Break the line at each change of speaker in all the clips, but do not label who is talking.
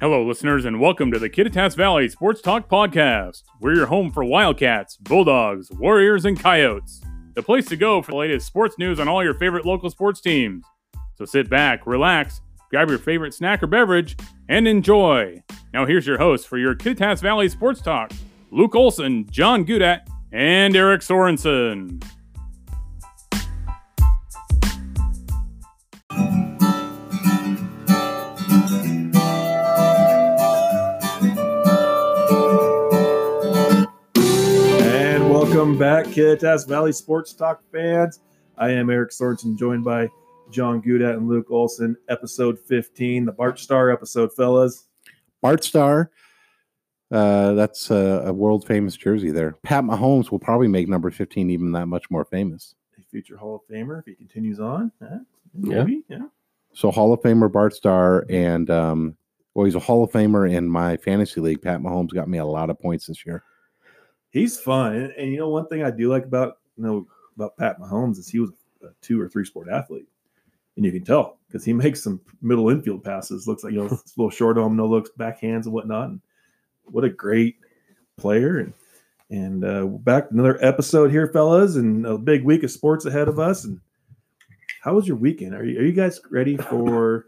Hello, listeners, and welcome to the Kittitas Valley Sports Talk Podcast. We're your home for Wildcats, Bulldogs, Warriors, and Coyotes. The place to go for the latest sports news on all your favorite local sports teams. So sit back, relax, grab your favorite snack or beverage, and enjoy. Now, here's your host for your Kittitas Valley Sports Talk Luke Olson, John Gudat, and Eric Sorensen.
And welcome back, Kittitas Valley Sports Talk fans. I am Eric Sorensen, joined by John Gudat and Luke Olson, episode 15, the Bart Star episode, fellas.
Bart Star. Uh, that's a, a world famous jersey there. Pat Mahomes will probably make number 15 even that much more famous.
A future Hall of Famer if he continues on. huh?
Yeah.
Maybe, yeah.
So, Hall of Famer Bart Star, and um, well, he's a Hall of Famer in my fantasy league. Pat Mahomes got me a lot of points this year.
He's fun. And, and you know, one thing I do like about you know about Pat Mahomes is he was a two or three sport athlete. And you can tell because he makes some middle infield passes. Looks like you know, it's a little short arm, no looks, backhands and whatnot. And what a great player. And and uh, back to another episode here, fellas, and a big week of sports ahead of us. And how was your weekend? Are you are you guys ready for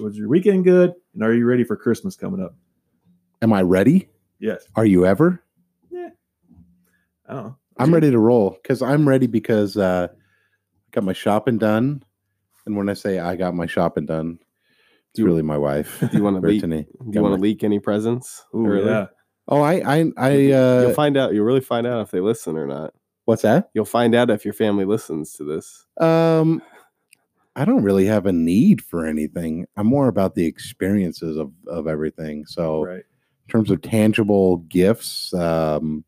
was your weekend good? And are you ready for Christmas coming up?
Am I ready?
Yes.
Are you ever?
I don't know.
I'm ready to roll because I'm ready because uh, I got my shopping done. And when I say I got my shopping done, it's
Do you-
really my wife,
Do you want to leak? Do
Brittany.
you want to leak any presents?
Ooh,
early?
yeah.
Oh, I, I, I,
You'll
uh,
find out. You'll really find out if they listen or not.
what's that?
You'll find out if your family listens to this.
Um, I don't really have a need for anything. I'm more about the experiences of of everything. So,
Right.
in terms of tangible gifts, um,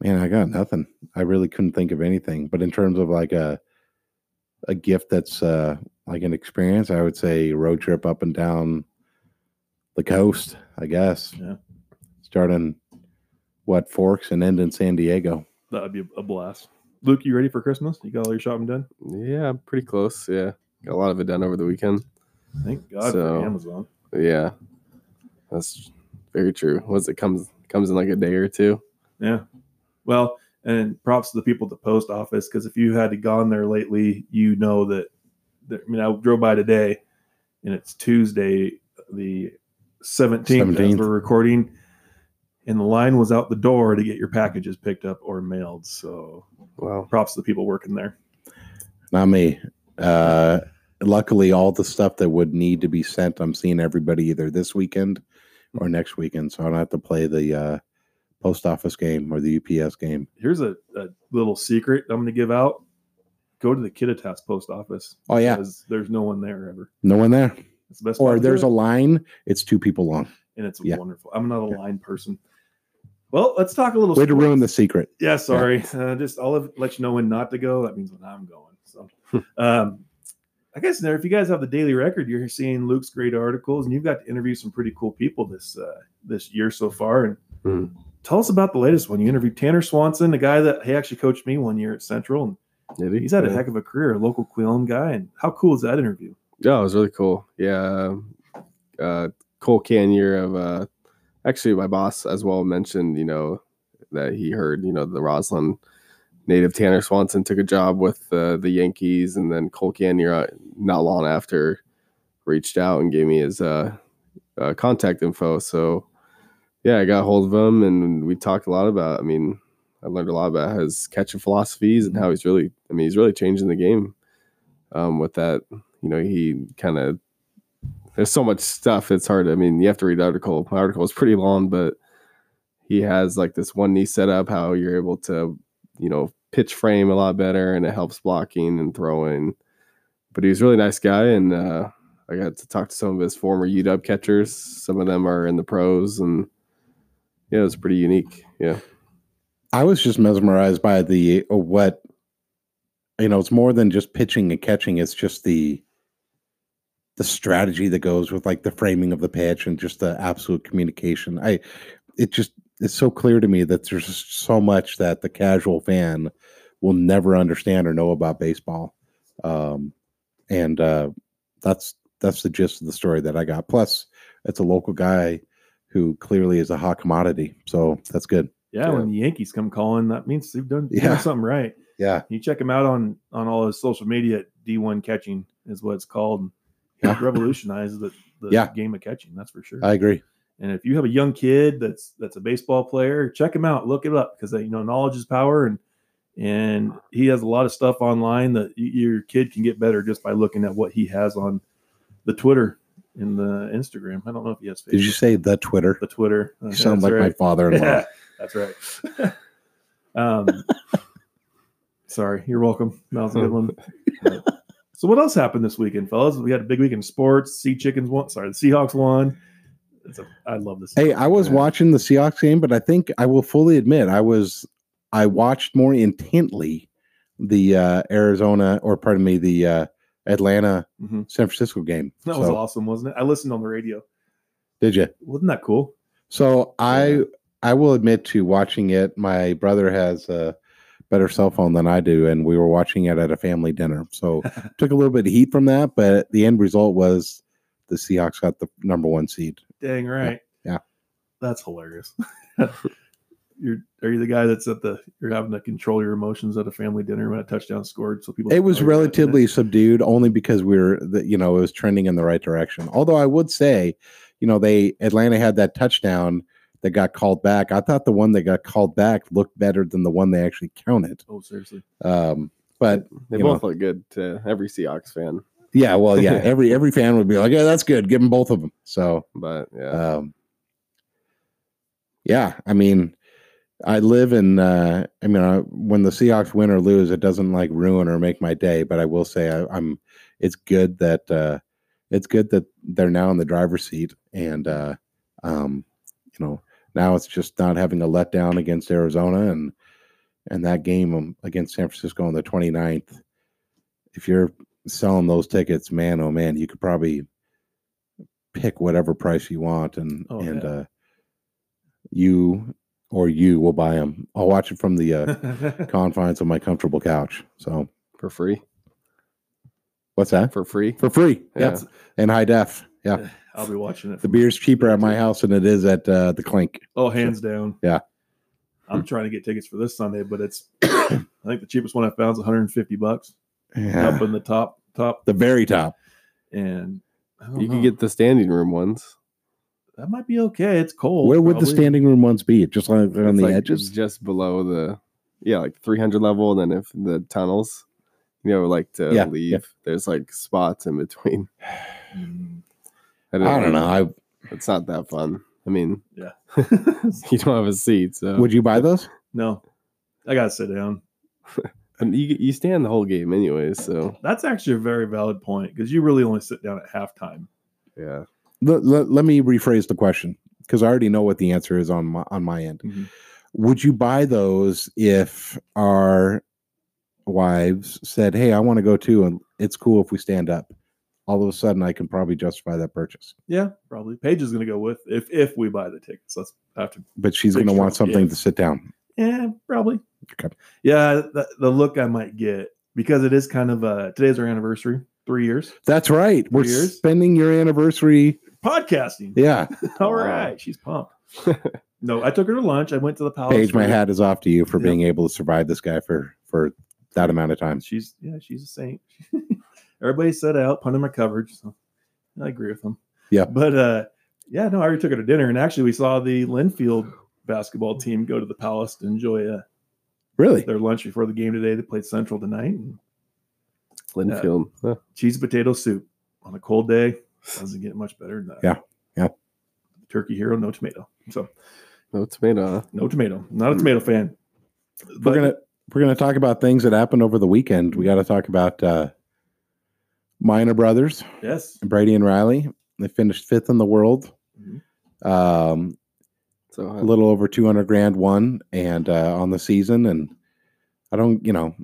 man, I got nothing. I really couldn't think of anything. But in terms of like a a gift that's uh, like an experience, I would say road trip up and down the coast. I guess.
Yeah.
Starting what Forks and end in San Diego.
That would be a blast. Luke, you ready for Christmas? You got all your shopping done?
Yeah, I'm pretty close. Yeah, got a lot of it done over the weekend.
Thank God
So-
for Amazon.
Yeah, that's very true. Was it comes comes in like a day or two?
Yeah. Well, and props to the people at the post office because if you had gone there lately, you know that. that- I mean, I drove by today, and it's Tuesday, the seventeenth, as
17th.
we're recording, and the line was out the door to get your packages picked up or mailed. So,
Wow.
props to the people working there.
Not me. Uh, luckily, all the stuff that would need to be sent, I'm seeing everybody either this weekend or next weekend, so I don't have to play the uh, post office game or the UPS game.
Here's a, a little secret I'm going to give out: go to the Kittitas post office.
Oh yeah,
because there's no one there ever.
no one there.
It's the best.
Or
part
there's
a.
a line. It's two people long.
and it's
Yeah.
wonderful. I'm not a
Yeah.
line person. Well, let's talk a little.
Way to
sports.
ruin the secret.
Yeah, sorry. Uh, just I'll let- let you know when not to go. That means when I'm going. So, um, I guess there. If you guys have the daily record, you're seeing Luke's great articles, and you've got to interview some pretty cool people this uh, this year so far. And
Hmm.
tell us about the latest one. You interviewed Tanner Swanson, a guy that he actually coached me one year at Central, and
Did he?
he's had a
Yeah.
heck of a career, a local Quillen guy. And how cool is that interview?
Yeah, Oh, it was really cool. Yeah. Uh, Cole Canier of uh, actually my boss as well mentioned, you know, that he heard, you know, the Roslyn native Tanner Swanson took a job with uh, the Yankees, and then Cole Canier uh, not long after reached out and gave me his uh, uh, contact info. So yeah, I got hold of him, and we talked a lot about. I mean, I learned a lot about his catching philosophies and how he's really. I mean, he's really changing the game um, with that you know, he kind of there's so much stuff. It's hard. I mean, you have to read the article. My article is pretty long, but he has like this one knee setup, how you're able to, you know, pitch frame a lot better and it helps blocking and throwing. But he's a really nice guy. And uh, I got to talk to some of his former UW catchers. Some of them are in the pros and yeah, it was pretty unique. Yeah.
I was just mesmerized by the uh, what you know, it's more than just pitching and catching, it's just the the strategy that goes with like the framing of the pitch and just the absolute communication. I it just it's so clear to me that there's just so much that the casual fan will never understand or know about baseball. Um and uh that's that's the gist of the story that I got. Plus, it's a local guy who clearly is a hot commodity, so that's good.
Yeah,
Yeah.
when the Yankees come calling, that means they've done, they've
Yeah.
done something right.
Yeah,
You check him out on on all his social media at D1 Catching is what it's called. And he
Yeah.
revolutionized the, the
Yeah. Uh,
game of catching, that's for sure.
I agree.
and if you have a young kid that's that's a baseball player, check him out, look it up because you know knowledge is power, and and he has a lot of stuff online that y- your kid can get better just by looking at what he has on the Twitter and the Instagram. I don't know if he has Facebook.
Did you say the Twitter?
the Twitter? Uh,
You sound like my father-in-law.
Yeah, that's right. um, sorry, you're welcome. That
Oh.
was a good one. so, what else happened this weekend, fellas? We had a big week in sports. Sea chickens won. Sorry, the Seahawks won. It's a, I love this.
Hey, I was
Yeah.
watching the Seahawks game, but I think I will fully admit I was I watched more intently the uh, Arizona or pardon me the uh, Atlanta
Mhm.
San Francisco game.
That was awesome, wasn't it? I listened on the radio.
Did you?
Wasn't that cool?
So I
Yeah.
I will admit to watching it. My brother has a better cell phone than I do, and we were watching it at a family dinner. So took a little bit of heat from that, but the end result was the Seahawks got the number one seed.
Dang right.
yeah.
That's hilarious. You're are you the guy that's at the you're having to control your emotions at a family dinner when a touchdown scored? So people
It was
Oh, you're not in it.
relatively subdued, only because we were, the, you know, it was trending in the right direction. Although I would say, you know, they Atlanta had that touchdown that got called back. I thought the one that got called back looked better than the one they actually counted.
Oh, seriously.
Um, but
They
you
both look good to every Seahawks fan,
Yeah, well, yeah. Every every fan would be like, "Yeah, that's good. Give them both of them." So,
but yeah,
um, yeah. I mean, I live in. Uh, I mean, I, when the Seahawks win or lose, it doesn't like ruin or make my day. But I will say, I, I'm. It's good that uh, it's good that they're now in the driver's seat, and uh, um, you know, now it's just not having a letdown against Arizona and and that game um, against San Francisco on the 29th. If you're selling those tickets, man, oh man, you could probably pick whatever price you want, and
Oh,
and
yeah.
uh, you or you will buy them. I'll watch it from the uh, confines of my comfortable couch. So
for free,
what's that
for free.
for free?
Yeah.
and high def. Yeah,
I'll be watching it.
the beer's cheaper at my house than it is at uh, the Clink.
Oh, hands down.
Yeah. Hmm.
I'm trying to get tickets for this Sunday, but it's I think the cheapest one I found is 150 bucks up in the top top
The very top.
and I don't
You
know.
can get the standing room ones.
that might be okay. It's cold.
Where would the
probably.
standing room ones be? Just on, on
It's
the
like
edges?
just below the yeah, like 300 level, and then if the tunnels, you know, like to
Yeah, yeah.
leave, there's like spots in between.
Mm.
I don't know.
It's not that fun. I mean,
Yeah.
you don't have a seat,
I,
so
would you buy those?
No. I gotta sit down.
and you you stand the whole game anyways. So
That's actually a very valid point because you really only sit down at halftime.
yeah,
Let, let, let me rephrase the question because I already know what the answer is on my on my end.
Mhm.
Would you buy those if our wives said, "Hey, I want to go too, and it's cool if we stand up"? All of a sudden, I can probably justify that purchase.
Yeah, probably. Paige is gonna go with if if we buy the tickets. Let's have to.
But she's going to
Picture,
want something
yeah.
to sit down.
Yeah, probably.
Okay.
Yeah, the, the look I might get because it is kind of uh today's our anniversary, three years
That's right. We're
Three years?
spending your anniversary.
podcasting.
Yeah,
All
Wow.
right, she's pumped. no, I took her to lunch. I went to the palace.
Paige, my
for-
hat is off to you for
Yeah.
being able to survive this guy for for that amount of time.
She's yeah, she's a saint. Everybody set out, pun in my coverage. So I agree with them.
Yeah.
But uh yeah, no, I already took her to dinner and actually we saw the Linfield basketball team go to the palace to enjoy uh,
Really?
their lunch before the game today. They played Central tonight and
Linfield. Huh.
cheese and potato soup on a cold day. Doesn't get much better than that.
Yeah, yeah.
Turkey hero, no tomato. So
No uh, tomato. huh?
no tomato. Not a tomato fan.
we're gonna we're gonna talk about things that happened over the weekend. We got to talk about uh, minor brothers
yes.
Brady and Riley. They finished fifth in the world.
Mhm.
Um,
So
a
uh,
little over two hundred grand won, and uh, on the season. And I don't, you know,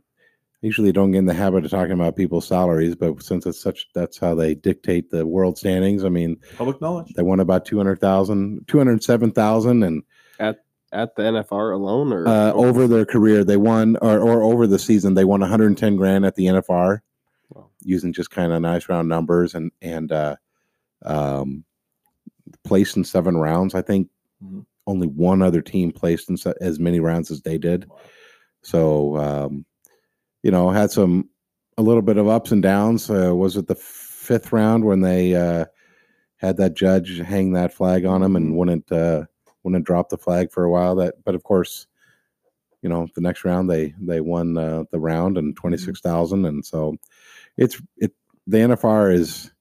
usually don't get in the habit of talking about people's salaries, but since it's such, that's how they dictate the world standings. I mean,
Public knowledge.
they won about 200,000, 207,000 and
at the NFR alone, or
uh, over their career, they won or, or over the season, they won 110 grand at the NFR.
Wow.
using just kind of nice round numbers and and uh, um, placed in seven rounds. I think
Mm-hmm.
Mhm.
only one other team placed in se- as many rounds as they did. So um, you know, had some a little bit of ups and downs. Uh, was it the fifth round when they uh, had that judge hang that flag on him and wouldn't uh, wouldn't drop the flag for a while? That, but of course, you know, the next round they they won uh, the round and twenty six thousand, and so it's it the NFR is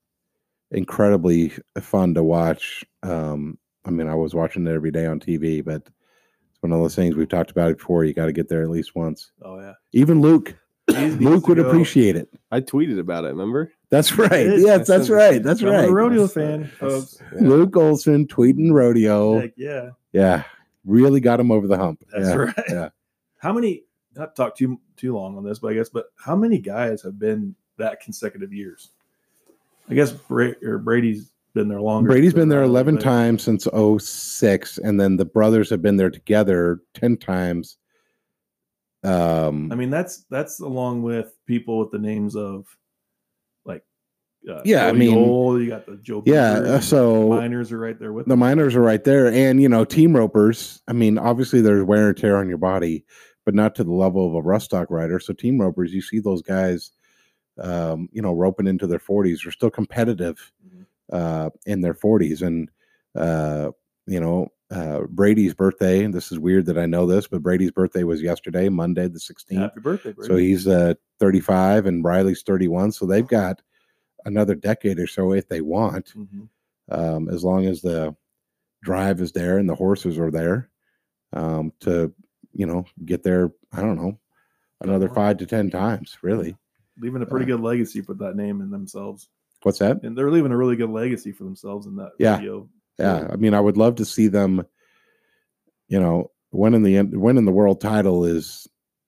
incredibly fun to watch. Um, I mean, I was watching it every day on TV, but it's one of those things we've talked about it before. You got to get there at least once.
Oh yeah,
Even Luke, Luke would appreciate it.
I tweeted about it. Remember?
That's right.
is.
Yes, that's
said-
right. That's
I'm a
right.
rodeo
That's-
fan, folks.
yeah.
Luke Olson tweeting rodeo.
Heck yeah,
Yeah, really got him over the hump.
that's
yeah.
right.
yeah.
How many? Not to talk too too long on this, but I guess, but how many guys have been that consecutive years? I guess Bra- or Brady's been there longer.
Brady's been there
But-
11 times since 06, and then the brothers have been there together 10 times. Um,
I mean, that's that's along with people with the names of like uh,
Yeah, I
Cody
mean-
Dole, you got the Joe.
yeah,
Beavers,
uh, so
miners are right there with
the miners are right there. And, you know, team ropers, I mean, obviously there's wear and tear on your body, but not to the level of a Rustock rider. So, team ropers, you see those guys, um, you know, roping into their 40s, are still competitive
Mhm.
uh, in their 40s. And, uh, you know, uh, Brady's birthday, and this is weird that I know this, but Brady's birthday was yesterday, Monday, the 16th.
Happy birthday, Brady!
So he's uh, 35 and Riley's 31. So they've got another decade or so if they want,
Mhm.
um, as long as the drive is there and the horses are there um, to, you know, get there, I don't know, another
more.
five to 10 times, really.
leaving a pretty good legacy for that name in themselves,
What's that?
and they're leaving a really good legacy for themselves in that
Yeah.
video.
Yeah. I mean, I would love to see them, you know, winning the end, winning the world title is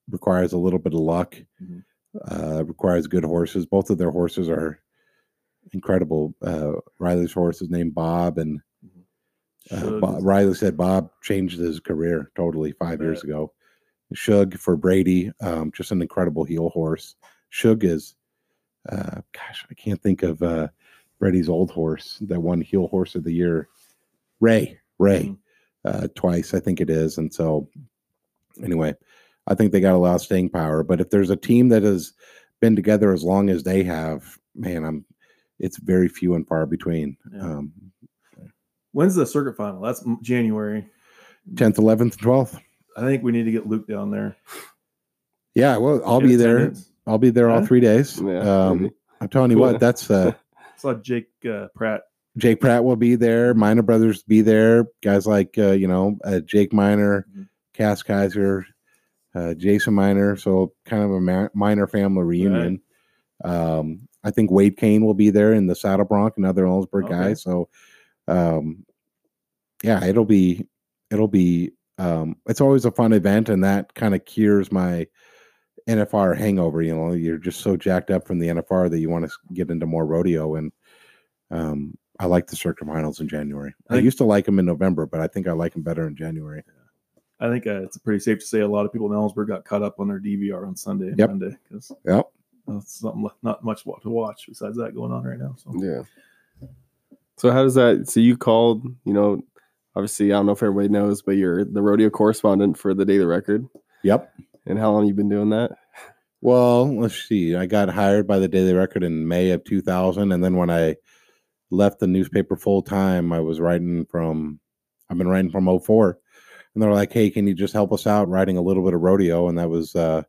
requires a little bit of luck,
Mhm.
uh, requires good horses. Both of their horses are incredible. Uh, Riley's horse is named Bob, and uh,
Should-
Bob, Riley said Bob changed his career totally five years
bet.
ago. Shug for Brady, um, just an incredible heel horse. Shug is, uh, gosh, I can't think of uh, Brady's old horse that won heel horse of the year, Ray. Ray
Mhm.
uh, twice, I think it is. And so, anyway, I think they got a lot of staying power. But if there's a team that has been together as long as they have, man, I'm it's very few and far between.
Yeah.
Um,
When's the circuit final? That's m- January.
10th, 11th, and 12th.
I think we need to get Luke down there.
Yeah, well, I'll
Get
be there.
attendance.
I'll be there all
Yeah.
three days.
Yeah.
um, I'm telling you
Cool.
what, that's uh,
saw Jake uh, Pratt.
Jake Pratt will be there. Minor brothers be there. Guys like uh, you know uh, Jake Minor,
Mhm.
Cass Kaiser, uh, Jason Minor. So kind of a ma- minor family reunion. Um, I think Wade Kane will be there in the Saddle Bronc, another Ellensburg guy.
Okay.
So, um, yeah, it'll be it'll be um, it's always a fun event, and that kind of cures my NFR hangover. You know, you're just so jacked up from the NFR that you want to get into more rodeo, and um, I like the circuit finals in January.
I
I
think-
used to like them in November, but I think I like them better in January.
I think uh, it's pretty safe to say a lot of people in Ellensburg got caught up on their DVR on Sunday and
Yep.
Monday because
Yep.
that's something left, not much wa- to watch besides that going on right now. So
Yeah. So how does that? So you called, you know, obviously I don't know if everybody knows, but you're the rodeo correspondent for the Daily Record.
Yep.
And how long you been doing that?
Well, let's see. I got hired by the Daily Record in May of 2000. And then when I left the newspaper full time, I was writing from, I've been writing from 04. And they're like, hey, can you just help us out writing a little bit of rodeo? And that was, uh,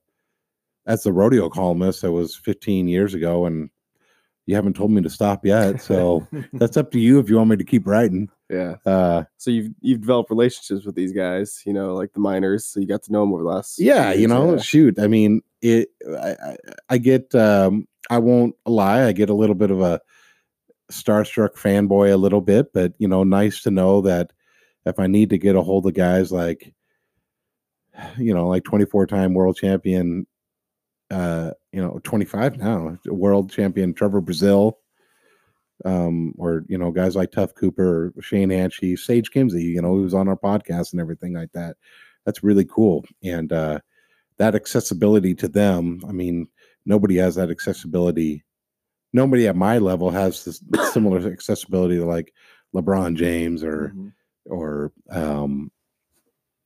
that's the rodeo columnist. That was 15 years ago. And you haven't told me to stop yet. So that's up to you if you want me to keep writing.
Yeah.
Uh,
So you've you've developed relationships with these guys, you know, like the miners. So you got to know them over the last. few
yeah you
years,
know
yeah.
shoot i mean it I, I, I get um i won't lie i get a little bit of a starstruck fanboy a little bit but you know nice to know that if i need to get a hold of guys like you know like 24 time world champion uh you know 25 now world champion trevor brazil um or you know guys like tough cooper shane Hanchy, sage kimsey you know who's on our podcast and everything like that that's really cool and uh that accessibility to them i mean nobody has that accessibility nobody at my level has this similar accessibility to like LeBron James or
Mhm.
or um,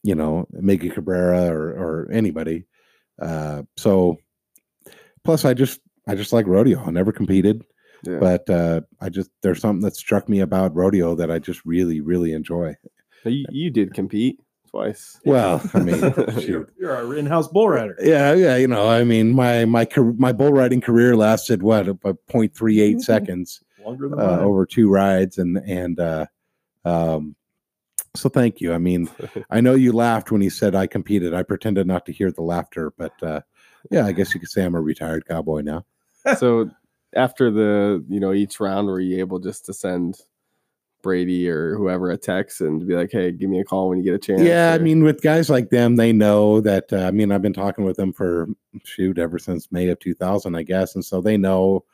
you know Miggy Cabrera or or anybody. Uh, so plus I just I just like rodeo. I never competed,
Yeah.
but uh, I just there's something that struck me about rodeo that I just really really enjoy.
Now, you, you did compete twice.
Well, I mean, oh, shoot.
You're, you're our in-house bull rider.
Yeah, yeah, you know, I mean, my my car- my bull riding career lasted what about 0.38 seconds
Longer than
uh,
mine.
over two rides, and and uh, um, so thank you. I mean, I know you laughed when he said I competed. I pretended not to hear the laughter, but uh, yeah, I guess you could say I'm a retired cowboy now.
so after the you know each round, were you able just to send Brady or whoever a text and be like, "Hey, give me a call when you get a chance"?
Yeah, I
or-
mean, with guys like them, they know that. Uh, I mean, I've been talking with them for shoot ever since May of 2000, I guess, and so they know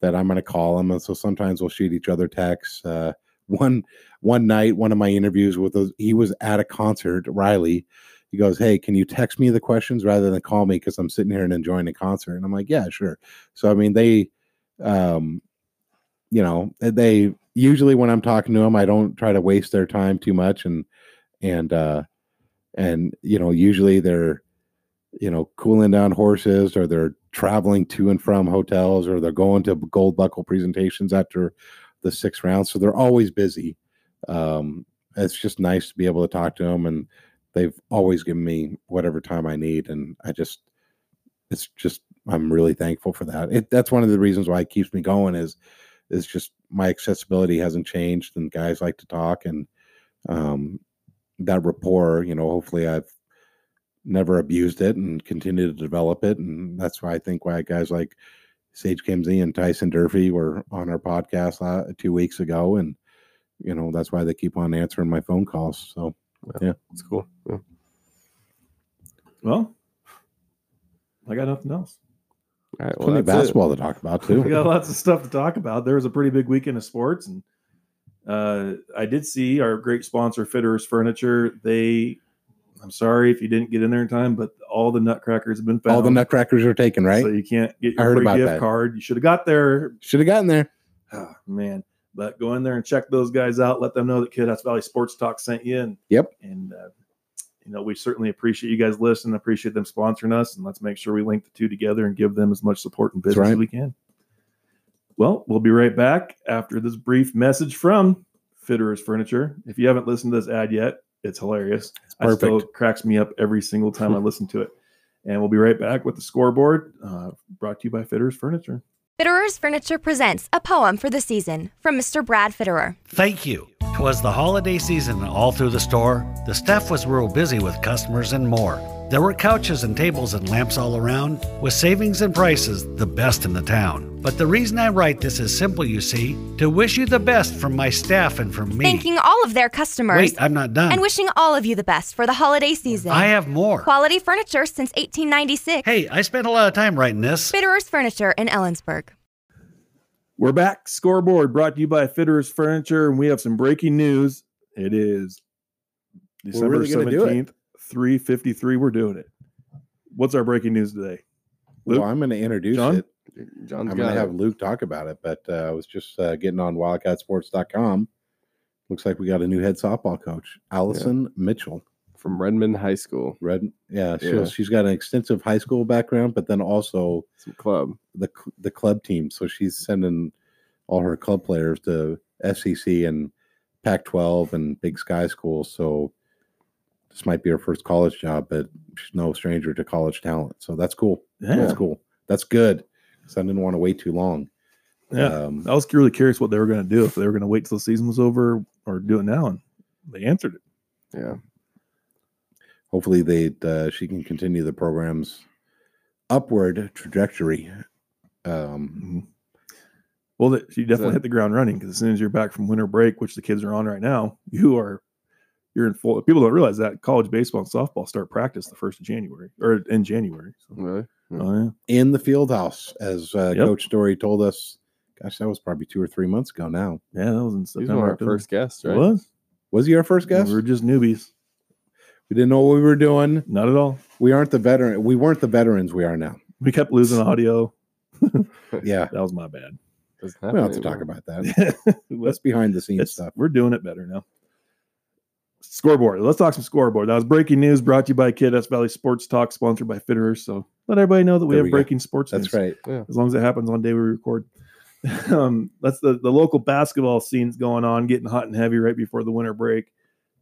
that I'm going to call them, and so sometimes we'll shoot each other texts. Uh, one one night, one of my interviews with those, he was at a concert. Riley, he goes, "Hey, can you text me the questions rather than call me because I'm sitting here and enjoying the concert?" And I'm like, "Yeah, sure." So I mean, they, um, you know, they usually when I'm talking to them, I don't try to waste their time too much, and and uh and you know usually they're you know cooling down horses or they're traveling to and from hotels or they're going to gold buckle presentations after the sixth round so they're always busy um it's just nice to be able to talk to them and they've always given me whatever time i need and i just it's just i'm really thankful for that it, that's one of the reasons why it keeps me going is is just my accessibility hasn't changed and guys like to talk and um that rapport, you know, hopefully I've never abused it and continue to develop it. And that's why I think why guys like Sage Kimsey and Tyson Durfee were on our podcast uh, two weeks ago. And, you know, that's why they keep on answering my phone calls. So
it's cool. Yeah.
Well, I got nothing else.
All right, well,
uh, plenty of
that's it.
basketball to talk about too.
we got lots of stuff to talk about. There was a pretty big weekend of sports, and uh, I did see our great sponsor, Fitters Furniture. They, I'm sorry if you didn't get in there in time, but all the nutcrackers have been found.
All the nutcrackers are taken, right?
so you can't get
I
your
heard
free
about
gift
that.
card. You should have got there,
Should have gotten there.
Ah, man. But go in there and check those guys out. Let them know that Kid That's Valley Sports Talk sent you. And
Yep.
and uh, you know we certainly appreciate you guys listening. Appreciate them sponsoring us, and let's make sure we link the two together and give them as much support and
That's
business as
right.
we can. Well, we'll be right back after this brief message from Fitterers Furniture. If you haven't listened to this ad yet, it's hilarious. I
perfect.
still it cracks me up every single time I listen to it. And we'll be right back with the scoreboard, uh, brought to you by Fitterers Furniture.
Fitterer's Furniture presents a poem for the season from Mr. Brad Fitterer.
Thank you. 'Twas the holiday season and all through the store. The staff was real busy with customers and more. There were couches and tables and lamps all around, with savings and prices the best in the town. But the reason I write this is simple, you see, to wish you the best from my staff and from me.
Thanking all of their customers
Wait, I'm not done.
and wishing all of you the best for the holiday season.
I have more.
Quality furniture since 1896.
Hey, I spent a lot of time writing this.
Fitterer's Furniture in Ellensburg.
We're back. Scoreboard brought to you by Fitters Furniture, and we have some breaking news. It is
We're
December
really gonna do it.
seventeenth, three fifty-three. We're doing it. What's our breaking news today? Luke?
Well, I'm going to introduce
John?
it.
John's
I'm
got
going
it.
to have Luke talk about it, but uh, I was just uh, getting on wildcatsports.com. Looks like we got a new head softball coach, Allison Mitchell.
from Redmond High School,
Red, yeah, she,
Yeah.
she's got an extensive high school background, but then also
some club.
the cl- the club team. So she's sending all her club players to FCC and Pac-12 and Big Sky schools. So this might be her first college job, but she's no stranger to college talent. So that's cool. That's
Yeah.
cool. That's good. Because I didn't want to wait too long.
Yeah. Oh.
Um,
I was really curious what they were going to do if they were going to wait till the season was over or do it now, and they answered it.
Yeah,
hopefully they uh, she can continue the program's upward trajectory. Um,
Well, that you definitely
So-
hit the ground running because as soon as you're back from winter break, which the kids are on right now, you are you're in full. People don't realize that college baseball and softball start practice the first of January or in January. So,
really.
oh, yeah.
in the field house, as uh,
Yep.
Coach Story told us. Gosh, that was probably two or three months ago now.
Yeah, that was in
He's
September.
one of our
October.
first guests,
It
right?
was.
Was he our first guest?
We were just newbies.
We didn't know what we were doing.
Not at all.
We aren't the veteran. We weren't the veterans we are now.
We kept losing audio.
Yeah,
That was my bad.
Doesn't
We
happen
don't have to
anymore.
talk about that.
Let's
That's behind the scenes
It's-
stuff.
We're doing it better now. Scoreboard. Let's talk some scoreboard. That was breaking news brought to you by Kid S Valley Sports Talk, sponsored by Fitterer. So let everybody know that we
There
have
we go.
breaking sports
That's
news.
right.
As long as it happens on day we record. um, that's the, the local basketball scene's going on, getting hot and heavy right before the winter break.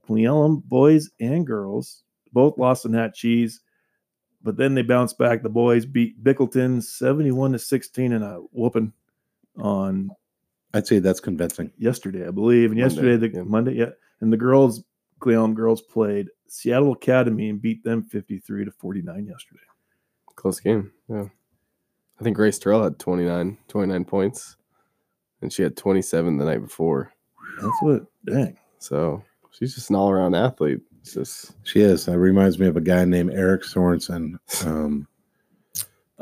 Cleelum boys and girls both lost in hat cheese, but then they bounced back. The boys beat Bickleton 71 to 16 in a whooping on
I'd say that's convincing.
yesterday, I believe. And
Monday,
yesterday, the
yeah.
Monday, yeah. And the girls, Cleon girls played Seattle Academy and beat them 53 to 49 yesterday.
Close game. Yeah. I think Grace Terrell had 29, 29 points, and she had 27 the night before.
That's what, dang.
So she's just an all around athlete. It's just,
She is. That reminds me of a guy named Eric Sorensen, um,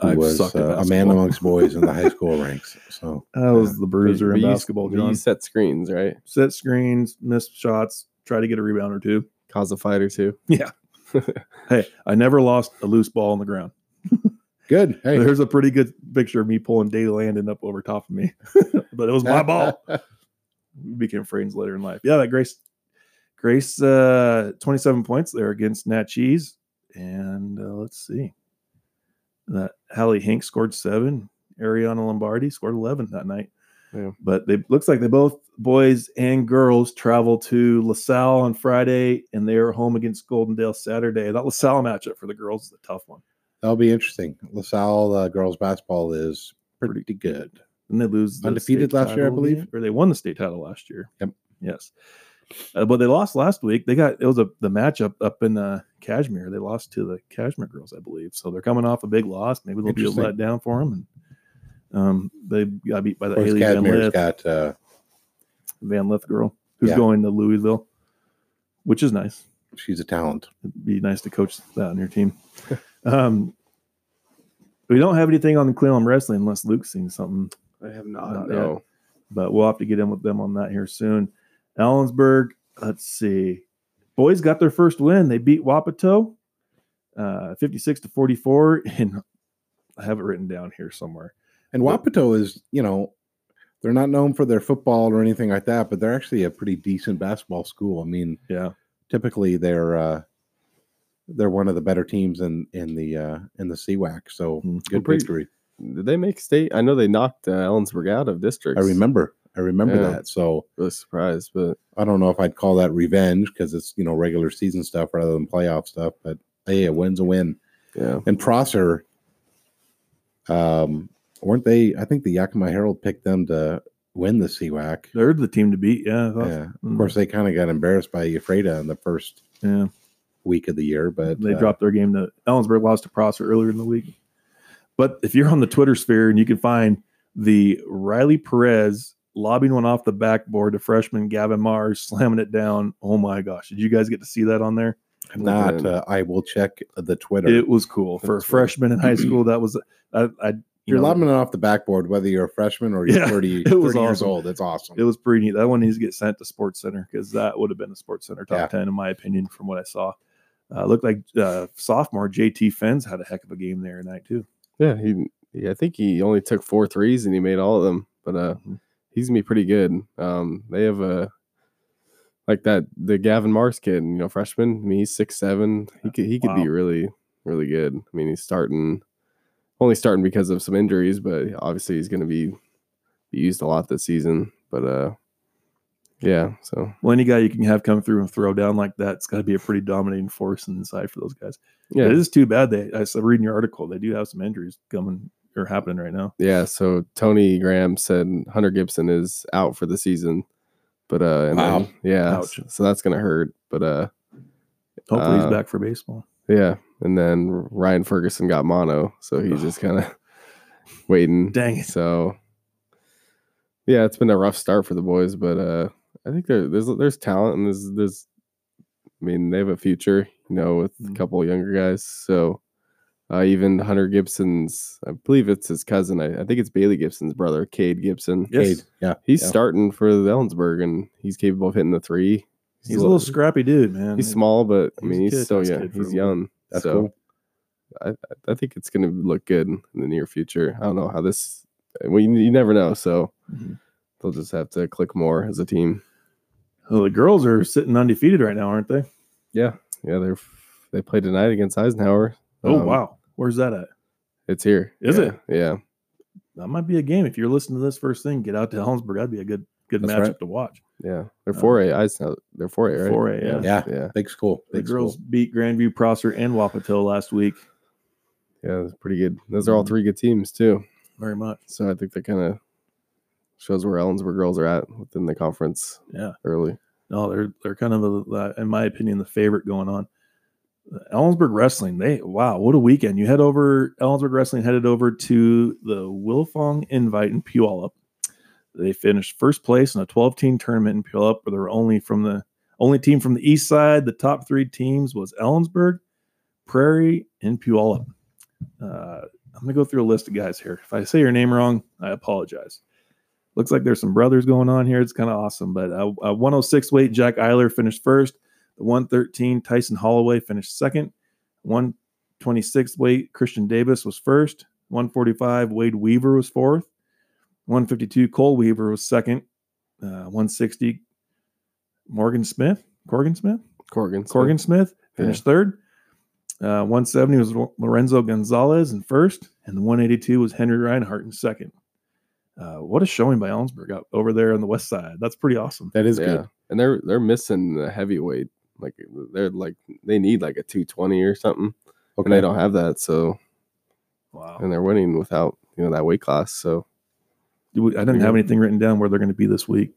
who
I've
was
sucked at
uh, a man
basketball.
amongst boys in the high school ranks. So
I was the bruiser
but
in
you-
basketball,
but
John.
You set screens, right?
Set screens, miss shots, try to get a rebound or two.
Cause a fight or two.
Hey, I never lost a loose ball on the ground.
good. Hey,
There's a pretty good picture of me pulling Day Landon up over top of me, but it was my ball. We became friends later in life. Yeah, that Grace, Grace, uh, 27 points there against Nat Cheese. And uh, let's see. That Hallie Hink scored seven. Ariana Lombardi scored 11 that night.
Yeah.
But they looks like they both boys and girls travel to LaSalle on Friday and they are home against Goldendale Saturday. That LaSalle matchup for the girls is a tough one.
That'll be interesting. LaSalle uh, girls basketball is pretty good.
And they lose the
Undefeated
state
last year, I
title,
believe?
yeah, or they won the state title last year.
Yep.
Yes, Uh, but they lost last week. They got it was a the matchup up in uh, Kashmir. They lost to the Kashmir girls, I believe. So they're coming off a big loss. Maybe they'll be a
Interesting.
letdown for them. And um, they got beat by the
Of course,
Haley Van
Cashmere's
Lith,
got uh,
Van Lith girl who's
Yeah.
going to Louisville, which is nice.
she's a talent.
It'd be nice to coach that on your team. um, we don't have anything on the Cleveland wrestling unless Luke's seen something.
I have
Not
No.
but we'll have to get in with them on that here soon. Ellensburg, let's see. Boys got their first win. They beat Wapato uh, 56 to 44. And I have it written down here somewhere.
And
But-
Wapato is, you know, they're not known for their football or anything like that, but they're actually a pretty decent basketball school. I mean,
Yeah.
typically they're uh, they're one of the better teams in in the uh, in the CWAC. So
Mhm.
good
pretty-
victory.
Did they make state? I know they knocked uh, Ellensburg out of districts.
I remember. I remember
Yeah.
that. So
Really surprised, but
I don't know if I'd call that revenge because it's you know regular season stuff rather than playoff stuff. But hey, a win's a win.
yeah.
And Prosser, um, weren't they? I think the Yakima Herald picked them to win the CWAC.
They're the team to beat. Yeah. I thought-
Yeah. Of course, they kind of got embarrassed by Ephrata in the first
Yeah.
week of the year, but
They
uh,
dropped their game to Ellensburg, lost to Prosser earlier in the week. But if you're on the Twitter sphere and you can find the Riley Perez lobbing one off the backboard to freshman Gavin Mars, slamming it down. Oh my gosh. Did you guys get to see that on there?
if not.
Okay.
Uh, I will check the Twitter.
It was cool for a
That's right.
freshman in high school. That was I, I you
you're
know,
lobbing it off the backboard, whether you're a freshman or you're
Yeah,
30,
it was
30 years
awesome.
old. It's awesome.
It was pretty neat. That one needs to get sent to Sports Center because that would have been a Sports Center top
Yeah.
ten in my opinion, from what I saw. Uh, looked like uh, sophomore JT Fens had a heck of a game there tonight too.
Yeah, he, he I think he only took four threes and he made all of them. But uh
Mhm.
he's gonna be pretty good. Um they have a like that the Gavin Mars kid, you know, freshman. I mean he's six seven. He could he could
Wow.
be really, really good. I mean he's starting only starting because of some injuries, but obviously he's gonna be, be used a lot this season. But uh yeah, so
Well, any guy you can have come through and throw down like that, it's got to be a pretty dominating force inside for those guys.
yeah.
It is too bad. They I saw reading your article. They do have some injuries coming or happening right now.
Yeah, so Tony Graham said Hunter Gibson is out for the season. But uh and
Wow.
then- yeah,
Ouch.
so, so that's gonna hurt. But uh
Hopefully, he's
Uh,
back for baseball.
yeah, and then Ryan Ferguson got mono, so he's just kind of waiting.
Dang it!
So yeah, it's been a rough start for the boys, but uh I think there, there's there's talent and there's there's I mean they have a future, you know, with a
Mhm.
couple younger guys. So uh, even Hunter Gibson's, I believe it's his cousin. I, I think it's Bailey Gibson's brother, Cade Gibson.
Yes.
Cade, yeah.
He's
Yeah.
starting for the Ellensburg, and he's capable of hitting the three.
He's a little scrappy dude, man.
He's small, but I
He's
mean,
a
he's,
kid.
still
He's a
young.
kid for a
He's
little-
young.
That's
so
cool.
I think it's going to look good in the near future. I don't know how this. Well, you, you never know. So
Mhm.
they'll just have to click more as a team.
Well, the girls are sitting undefeated right now, aren't they?
Yeah, yeah, they're they play tonight against Eisenhower.
Oh
Um,
wow, where's that at?
it's here.
Is
Yeah,
it?
Yeah,
That might be a game. If you're listening to this first thing, get out to Helmsburg. That'd be a good good
That's
matchup
right.
to watch.
yeah. They're
Um,
four A. Eisenhower. They're four A, right?
4A, yeah.
Yeah.
yeah,
Big school.
The
Big
girls
school.
beat Grandview, Prosser, and Wapato last week.
yeah. That's pretty good. Those are
Mm-hmm.
all three good teams too.
Very much.
So I think that kind of shows where Ellensburg girls are at within the conference
Yeah.
early.
No, they're they're kind of a, uh, in my opinion the favorite going on. Ellensburg Wrestling, they wow, what a weekend! You head over Ellensburg Wrestling headed over to the Wilfong Invite in Puyallup. They finished first place in a 12-team tournament in Puyallup, where there were only from the only team from the east side. The top three teams was Ellensburg, Prairie, and Puyallup. Uh, I'm gonna go through a list of guys here. If I say your name wrong, I apologize looks like there's some brothers going on here. It's kind of awesome. But uh, uh, 106 weight Jack Eiler finished first. The 113 Tyson Holloway finished second. 126 weight Christian Davis was first. 145 Wade Weaver was fourth. 152 Cole Weaver was second. Uh, 160 Morgan Smith, Corgan Smith,
Corgan.
Corgan Smith finished third. Uh, 170 was Lo- Lorenzo Gonzalez in first, and the 182 was Henry Reinhardt in second. Uh, what a showing by Ellensburg up over there on the west side. That's pretty awesome.
That is
yeah.
good.
And they're they're missing the heavyweight. Like they're like they need like a two twenty or something, and they
Okay.
don't have that. So
Wow.
and they're winning without you know that weight class. So
Do we- I didn't have anything written down where they're going to be this week.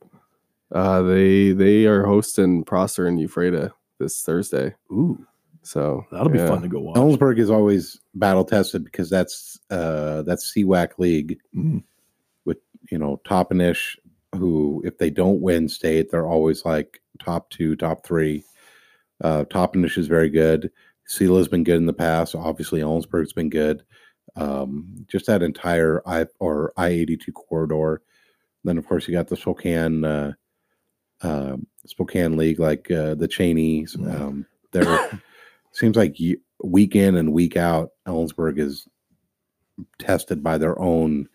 uh, they they are hosting Prosser and Ephrata this Thursday.
Ooh,
So
that'll be
yeah,
fun to go watch.
Ellensburg is always battle tested because that's uh that's CWAC league
Mhm.
with you know Toppenish, who if they don't win state, they're always like top two, top three. Uh Toppenish is very good. Sela's been good in the past. Obviously, Ellensburg's been good. Um, just that entire I or I eighty two corridor. Then of course you got the Spokane uh, uh, Spokane League, like uh, the Cheneys.
Yeah.
Um, there seems like y- week in and week out, Ellensburg is tested by their own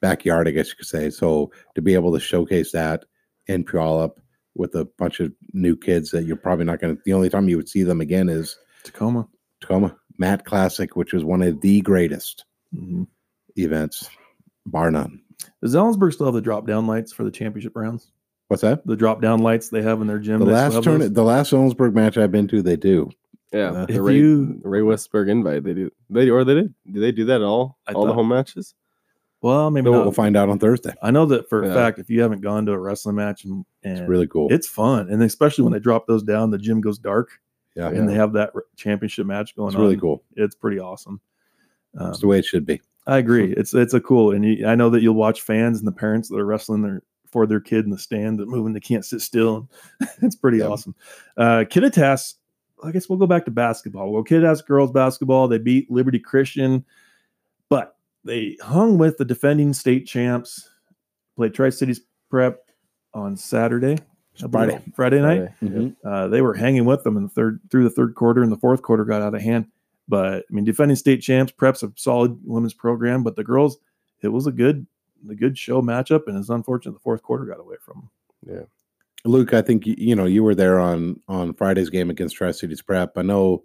backyard, I guess you could say. So to be able to showcase that in Puyallup with a bunch of new kids that you're probably not going to, the only time you would see them again is
Tacoma.
Tacoma Matt Classic, which is one of the greatest
Mhm.
events, bar none.
Does Ellensburg still have the drop down lights for the championship rounds?
What's that?
The drop down lights they have in their gym.
The
they still
last
have
turn,
those?
the last Ellensburg match I've been to, they do.
Yeah,
Uh,
the
if
Ray,
you-
the Ray Westberg invite. They do they or they did do they do that at all?
I
all the
thought-
home matches.
Well, maybe
We'll
not.
find out on Thursday.
I know that for a
Yeah.
fact, if you haven't gone to a wrestling match and, and
It's really cool.
it's fun and especially when they drop those down the gym goes dark
yeah,
and they have that r- championship match going
it's
on
really cool.
it's pretty awesome um,
It's the way it should be.
i agree it's it's a cool and you, i know that you'll watch fans and the parents that are wrestling their for their kid in the stand that moving they can't sit still it's pretty
Yeah.
awesome uh kittitas i guess we'll go back to basketball well kittitas girls basketball they beat liberty christian but they hung with the defending state champs played tri-cities prep on saturday I believe,
Friday.
friday night
Friday.
Mm-hmm.
uh, they were hanging with them in the third through the third quarter and the fourth quarter got out of hand. But I mean, defending state champs, preps a solid women's program, but the girls, it was a good, a good show matchup, and it's unfortunate the fourth quarter got away from them.
Luke, I think you, you know you were there on on Friday's game against Tri Cities Prep. I know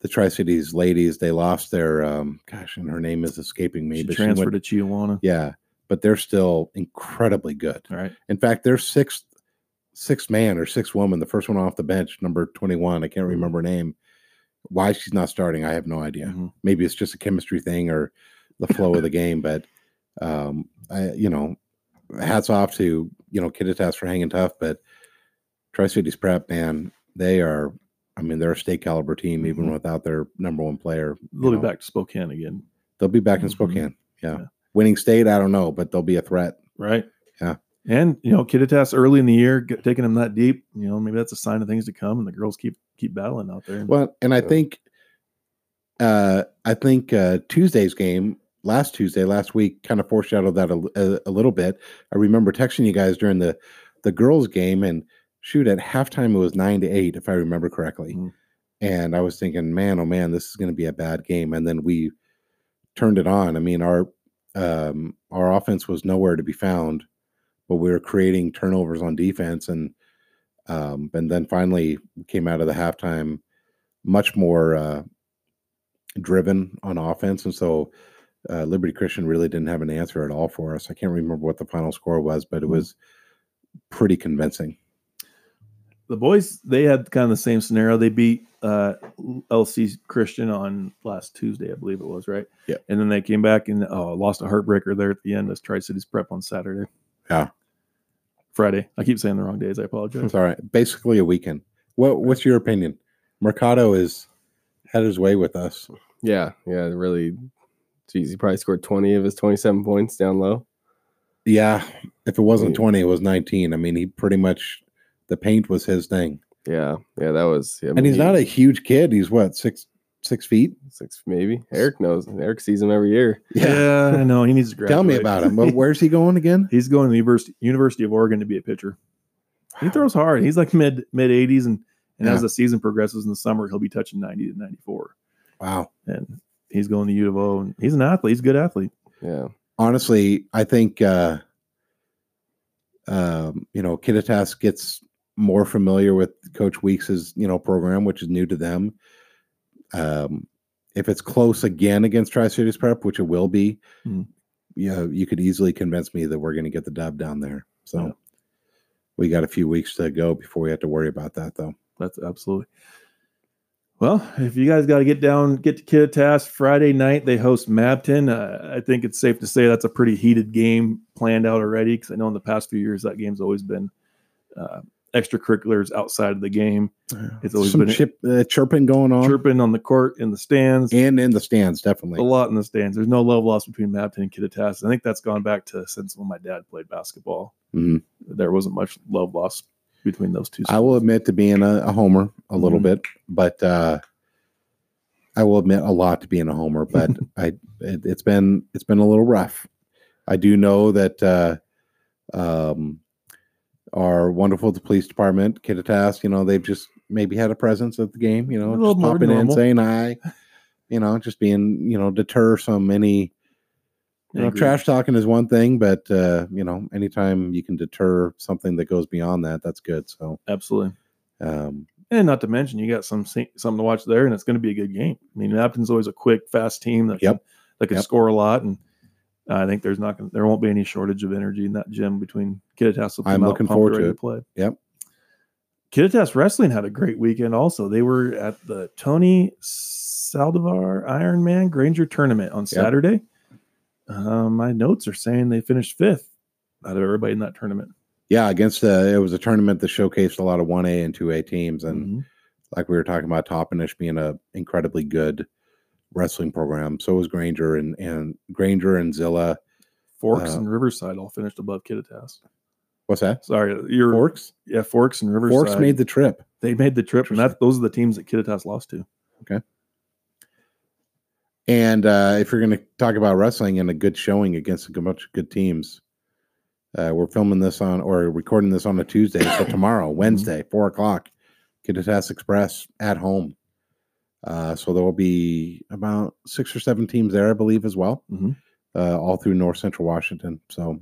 the Tri Cities ladies they lost their um gosh, and her name is escaping me.
She
but
transferred
went-
to Chihuahua.
yeah, but they're still incredibly good.
All right,
In fact, their sixth sixth man or sixth woman, the first one off the bench, number twenty one. I can't
Mm-hmm.
remember her name. Why she's not starting, I have no idea.
Mhm.
Maybe it's just a chemistry thing or the flow of the game. But um, I, you know, hats off to you know Kittitas for hanging tough, but Tri Cities Prep, man, they are. I mean, they're a state caliber team even
Mhm.
without their number one player. you
they'll
know.
be back to Spokane again,
They'll be back in
Mhm.
Spokane. Yeah.
Yeah.
winning state, I don't know, but they'll be a threat.
right?
Yeah.
And you know, Kittitas early in the year, get, taking them that deep, you know, maybe that's a sign of things to come, and the girls keep keep battling out there.
Well, and I
Yeah.
think, uh, I think uh, Tuesday's game last Tuesday last week kind of foreshadowed that a, l- a- a little bit. I remember texting you guys during the the girls' game, and shoot, at halftime it was nine to eight, if I remember correctly.
Mhm.
And I was thinking, man, oh man, this is going to be a bad game. And then we turned it on. I mean, our um, our offense was nowhere to be found, but we were creating turnovers on defense, and um, and then finally came out of the halftime much more uh, driven on offense, and so uh, Liberty Christian really didn't have an answer at all for us. I can't remember what the final score was, but it
Mm-hmm.
was pretty convincing.
the boys they had kind of the same scenario. They beat uh LC Christian on last Tuesday, I believe it was, right?
Yeah.
And then they came back and oh, lost a heartbreaker there at the end as Tri Cities Prep on Saturday.
Yeah.
Friday. I keep saying the wrong days. I apologize.
It's all right. Basically, a weekend. What What's your opinion? Mercado is had his way with us.
Yeah, yeah, really. Geez, he probably scored 20 of his 27 points down low.
Yeah, if it wasn't
Yeah.
twenty, it was nineteen. I mean, he pretty much the paint was his thing,
Yeah, yeah, that was. I mean,
and he's
he-
not a huge kid. He's what six six feet.
six, maybe. Eric knows. Eric sees him every year.
Yeah, I know. He needs to graduate.
Tell me about him. Well, where's he going again?
He's going to the University University of Oregon to be a pitcher. He throws hard. He's like mid mid eighties, and and
Yeah.
as the season progresses in the summer, he'll be touching ninety to ninety four.
Wow.
And he's going to U of O, and he's an athlete. He's a good athlete.
Yeah,
Honestly, I think uh um, you know, Kittitas gets more familiar with Coach Weeks's, you know, program, which is new to them. Um, if it's close again against Tri Cities Prep, which it will be,
Mhm.
you know, you could easily convince me that we're gonna get the dub down there. So
Yeah.
we got a few weeks to go before we have to worry about that though.
That's absolutely. Well, if you guys got to get down, get to Kittitas Friday night. They host Mabton. Uh, I think it's safe to say that's a pretty heated game planned out already. Because I know in the past few years that game's always been uh, extracurriculars outside of the game, It's always
Some
been a-
chip, uh, chirping going on
chirping on the court in the stands,
and in the stands,
a
definitely.
lot in the stands. There's no love lost between Mabton and Kittitas. I think that's gone back to since when my dad played basketball.
Mhm.
There wasn't much love lost between those two.
I will admit to being a, a homer a little
Mhm.
bit, but uh, I will admit a lot to being a homer. But I, it, it's been it's been a little rough. I do know that uh, um, our wonderful police department, Kittitas, you know, they've just maybe had a presence at the game. You
A
know,
little
just
more
popping in,
normal.
saying hi. You know, just being you know deter some any. You know,
Angry.
uh, trash talking is one thing, but uh, you know, anytime you can deter something that goes beyond that, that's good. So,
absolutely.
um,
And not to mention, you got some si- something to watch there, and it's going to be a good game. I mean, Napton's always a quick, fast team that can,
Yep.
that can
Yep.
score a lot, and I think there's not going there won't be any shortage of energy in that gym between Kittitas. will come
I'm
out
looking
pumped
forward
ready
to it.
play.
Yep.
Kittitas wrestling had a great weekend. Also, they were at the Tony Saldivar Ironman Granger tournament on Saturday. Uh, my notes are saying they finished fifth out of everybody in that tournament.
yeah, against uh, it was a tournament that showcased a lot of one A and two A teams, and
Mhm.
like we were talking about, Toppenish being a incredibly good wrestling program. So was Granger and and Granger and Zilla.
Forks
Uh,
and Riverside all finished above Kittitas.
What's that?
Sorry, you're
Forks.
Yeah, Forks and Riverside.
Forks made the trip.
they made the trip, and that those are the teams that Kittitas lost to.
And uh, if you're going to talk about wrestling and a good showing against a good- bunch of good teams, uh, we're filming this on or recording this on a Tuesday. so tomorrow, Wednesday, four o'clock, Kittitas Express at home. Uh, so there will be about six or seven teams there, I believe, as well,
Mhm.
uh, all through North Central Washington. So,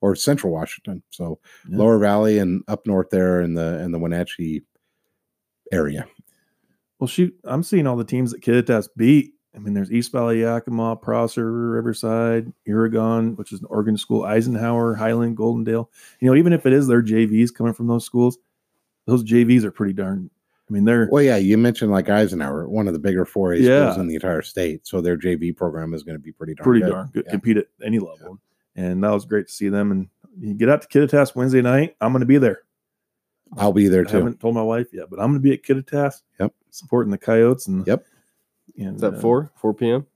or Central Washington. So
Yeah.
Lower Valley and up north there in the in the Wenatchee area.
Well, shoot, I'm seeing all the teams that Kittitas beat. I mean, there's East Valley, Yakima, Prosser, Riverside, Oregon, which is an Oregon school, Eisenhower, Highland, Goldendale. You know, even if it is their JVs coming from those schools, those JVs are pretty darn. I mean, they're
Well, yeah, you mentioned like Eisenhower, one of the bigger four A schools
Yeah.
in the entire state. So their JV program is going to be pretty darn
pretty
good.
darn good,
Yeah.
compete at any level. And that was great to see them. And you get out to Kittitas Wednesday night. I'm going to be there.
I'll be there
I
too.
haven't told my wife yet, but I'm going to be at Kittitas.
Yep.
Supporting the Coyotes and
Yep.
And
is that
uh,
four? Four p.m.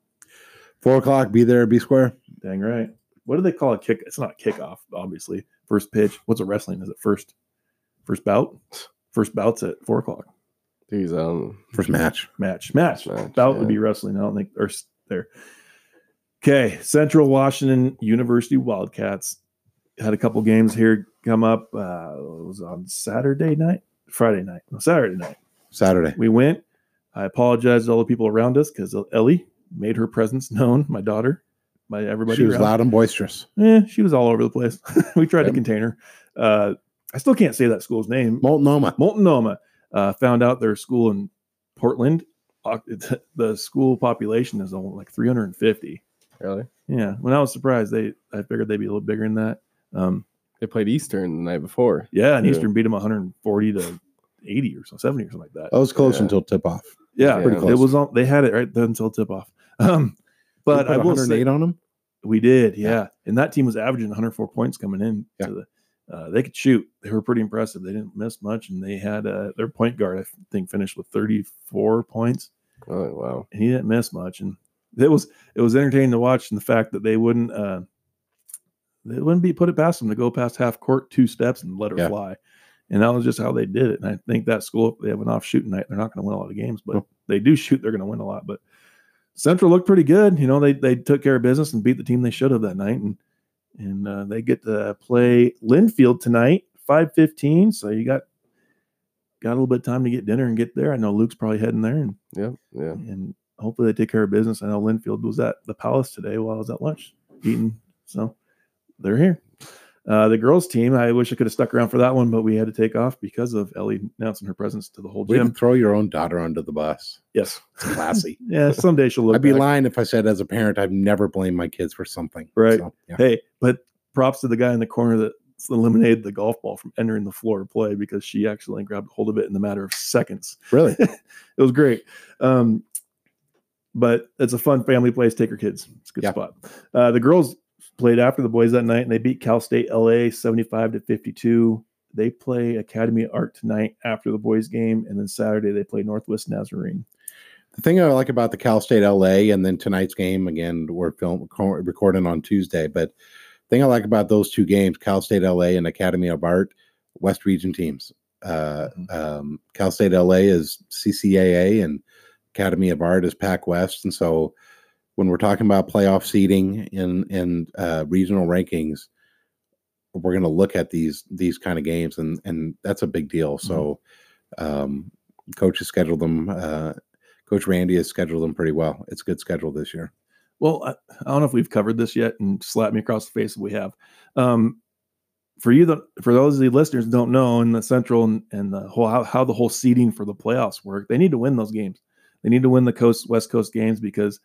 Four o'clock, be there, be square.
Dang right. What do they call a kick? It's not a kickoff, obviously. First pitch. What's a wrestling? Is it first? First bout. First bout's at four o'clock.
Jeez, um,
First match.
Match. Match.
Match,
bout would
yeah.
be wrestling. I don't think or s- there. Okay, Central Washington University Wildcats had a couple games here come up. Uh, it was on Saturday night, Friday night, no, Saturday night.
Saturday.
We went. I apologized to all the people around us because Ellie made her presence known. My daughter by everybody.
she was
around.
loud and boisterous.
Yeah, she was all over the place. we tried to
Yep.
contain her. Uh, I still can't say that school's name.
Multnomah.
Multnomah uh, found out their school in Portland. uh, it's- The school population is only like 350.
Really?
Yeah, when I was surprised, they I figured they'd be a little bigger than that. Um,
They played Eastern the night before.
yeah, and
Yeah.
Eastern beat them 140 to 80 or so, 70 or something like that.
That was close
Yeah.
until tip off.
yeah,
pretty
It
close.
was on. They had it right then until tip off. Um, but
We
I
put
will say
108 on him.
we did. Yeah. and that team was averaging 104 points coming in.
Yeah.
To the, uh, they could shoot. They were pretty impressive. They didn't miss much, and they had uh, their point guard. I think finished with 34 points.
Oh wow.
and he didn't miss much. And it was it was entertaining to watch, and the fact that they wouldn't uh, they wouldn't be put it past them to go past half court two steps and let her
Yeah.
fly. And that was just how they did it. And I think that school, if they have an off shooting night, they're not going to win a lot of games, but
No.
they do shoot, they're going to win a lot. But Central looked pretty good. You know, they they took care of business and beat the team they should have that night. And and uh, they get to play Linfield tonight, five fifteen. So you got got a little bit of time to get dinner and get there. I know Luke's probably heading there and
Yep. Yeah.
and hopefully they take care of business. I know Linfield was at the Palace today while I was at lunch eating, so they're here. Uh, the girls' team, I wish I could have stuck around for that one, but we had to take off because of Ellie announcing her presence to the whole
We
gym.
didn't throw your own daughter under the bus.
Yes,
It's classy.
yeah. Someday she'll look.
I'd be
back.
lying if I said, as a parent, I've never blamed my kids for something.
Right.
So, yeah.
Hey, but props to the guy in the corner that eliminated the golf ball from entering the floor of play because she actually grabbed hold of it in the matter of seconds.
Really?
it was great. Um, but it's a fun family place. Take your kids. It's a good
Yeah.
spot. Uh, the girls played after the boys that night, and they beat Cal State LA 75 to 52. They play Academy Art tonight after the boys' game, and then Saturday they play Northwest Nazarene.
The thing I like about the Cal State LA and then tonight's game again, we're film co- recording on Tuesday, but the thing I like about those two games, Cal State LA and Academy of Art, West Region teams. Uh, um, Cal State LA is CCAA and Academy of Art is Pac West, and so when we're talking about playoff seeding and and uh, regional rankings, we're going to look at these these kind of games, and and that's a big deal. So, um, coach has scheduled them uh, Coach Randy has scheduled them pretty well. It's a good schedule this year.
Well, I, I don't know if we've covered this yet, and slap me across the face if we have. Um, for you, the, for those of the listeners who don't know, in the central and, and the whole how, how the whole seeding for the playoffs work, they need to win those games. They need to win the coast West Coast games because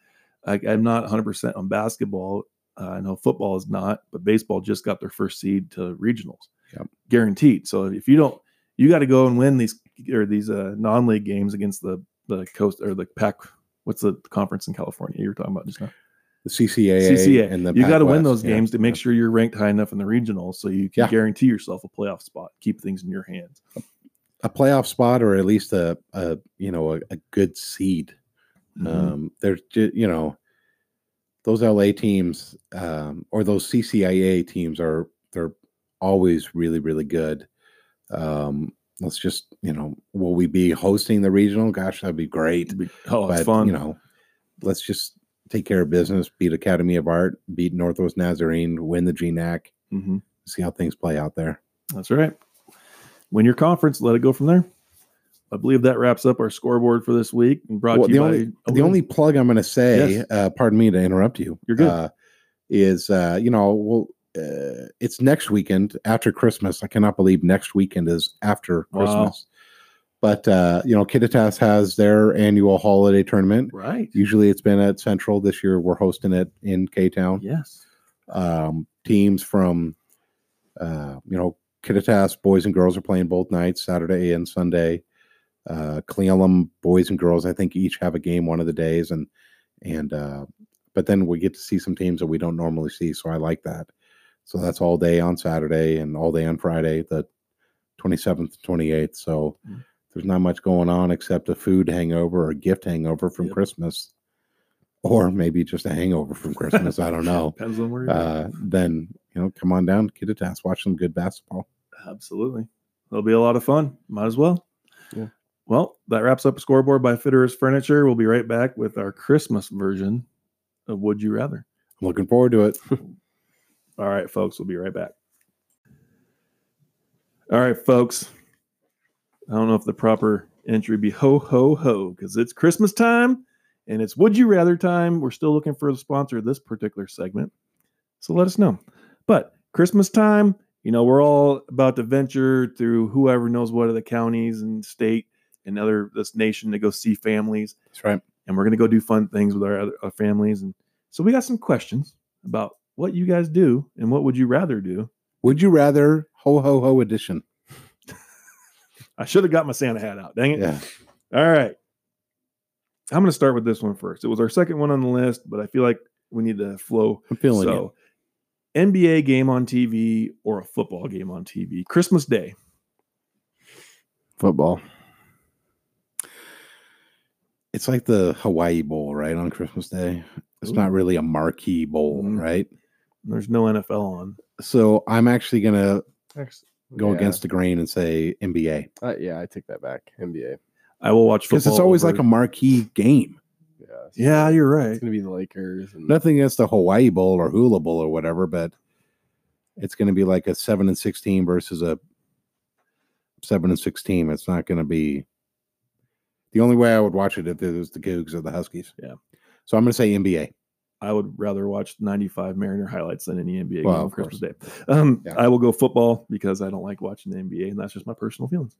I, I'm not 100 percent on basketball. Uh, I know football is not, but baseball just got their first seed to regionals,
Yep.
guaranteed. So if you don't, you got to go and win these or these uh, non-league games against the the coast or the Pac. What's the conference in California you were talking about just now?
The CCAA,
CCA.
and the
you got to win
Pac-West,
those
yeah.
games to make sure you're ranked high enough in the regionals so you can
Yeah.
guarantee yourself a playoff spot. Keep things in your hands.
a playoff spot or at least a, a you know a, a good seed.
Mm-hmm.
Um, there's ju- you know those LA teams um, or those CCIA teams are they're always really really good. Um, let's just you know will we be hosting the regional? Gosh, that'd be great.
It'd be- oh, it's
but
fun.
you know, let's just take care of business. Beat Academy of Art, beat Northwest Nazarene, win the GNAC.
Mhm.
See how things play out there.
That's right. Win your conference. Let it go from there. I believe that wraps up our scoreboard for this week and brought
Well,
to
the
you
only
by
the only plug I'm going to say,
Oh, Yes.
uh, pardon me to interrupt you.
You're good.
Uh, is uh, you know well. Uh, it's next weekend after Christmas. I cannot believe next weekend is after
Wow.
Christmas. But uh, you know, Kittitas has their annual holiday tournament.
right.
Usually, it's been at Central. This year, we're hosting it in K Town.
Yes.
um, teams from uh, you know Kittitas boys and girls are playing both nights Saturday and Sunday. Uh, Clealum boys and girls I think each have a game one of the days and and uh, but then we get to see some teams that we don't normally see so I like that. So that's all day on Saturday and all day on Friday the 27th 28th. So
Mm.
there's not much going on except a food hangover or a gift hangover from
Yep.
Christmas or maybe just a hangover from Christmas. I don't know
Depends on where you're at.
uh, then you know, come on down, to Kittitas, watch some good basketball.
Absolutely. It'll be a lot of fun. Might as well.
Yeah.
Well, that wraps up scoreboard by Fitterers Furniture. We'll be right back with our Christmas version of Would You Rather.
I'm looking forward to it.
All right, folks, we'll be right back. All right, folks. I don't know if the proper entry be ho ho ho because it's Christmas time And it's Would You Rather time. We're still looking for the sponsor of this particular segment. So let us know. But Christmas time, you know, we're all about to venture through whoever knows what of the counties and state and other this nation to go see families
That's right.
and we're going to go do fun things with our other our families. And so we got some questions about what you guys do and what would you rather do.
Would you rather ho ho ho edition?
I should have got my Santa hat out. Dang it.
Yeah.
All right. I'm going to start with this one first. It was our second one on the list, but I feel like we need to flow.
I'm feeling
so, NBA game on TV or a football game on TV. Christmas Day.
Football.
it. It's like the Hawaii Bowl, right? On Christmas Day. It's
Ooh.
not really a marquee bowl,
Mm.
right?
There's no NFL on.
So I'm actually gonna go
Yeah.
against the grain and say NBA.
Uh, yeah, I take that back. NBA.
I will watch football.
Because it's always like
over-
a marquee game.
Yeah.
Yeah, you're
It's
right.
gonna be the Lakers. And
Nothing against the Hawaii Bowl or Hula Bowl or whatever, but it's gonna be like a seven and sixteen versus a seven and sixteen. It's not gonna be the only way I would watch it if it was the Cougs or the Huskies.
Yeah.
So I'm gonna say NBA.
I would rather watch 95 Mariner highlights than any NBA
Well,
game on
of course.
Christmas Day. Um,
Yeah.
I will go football because I don't like watching the NBA, and that's just my personal feelings.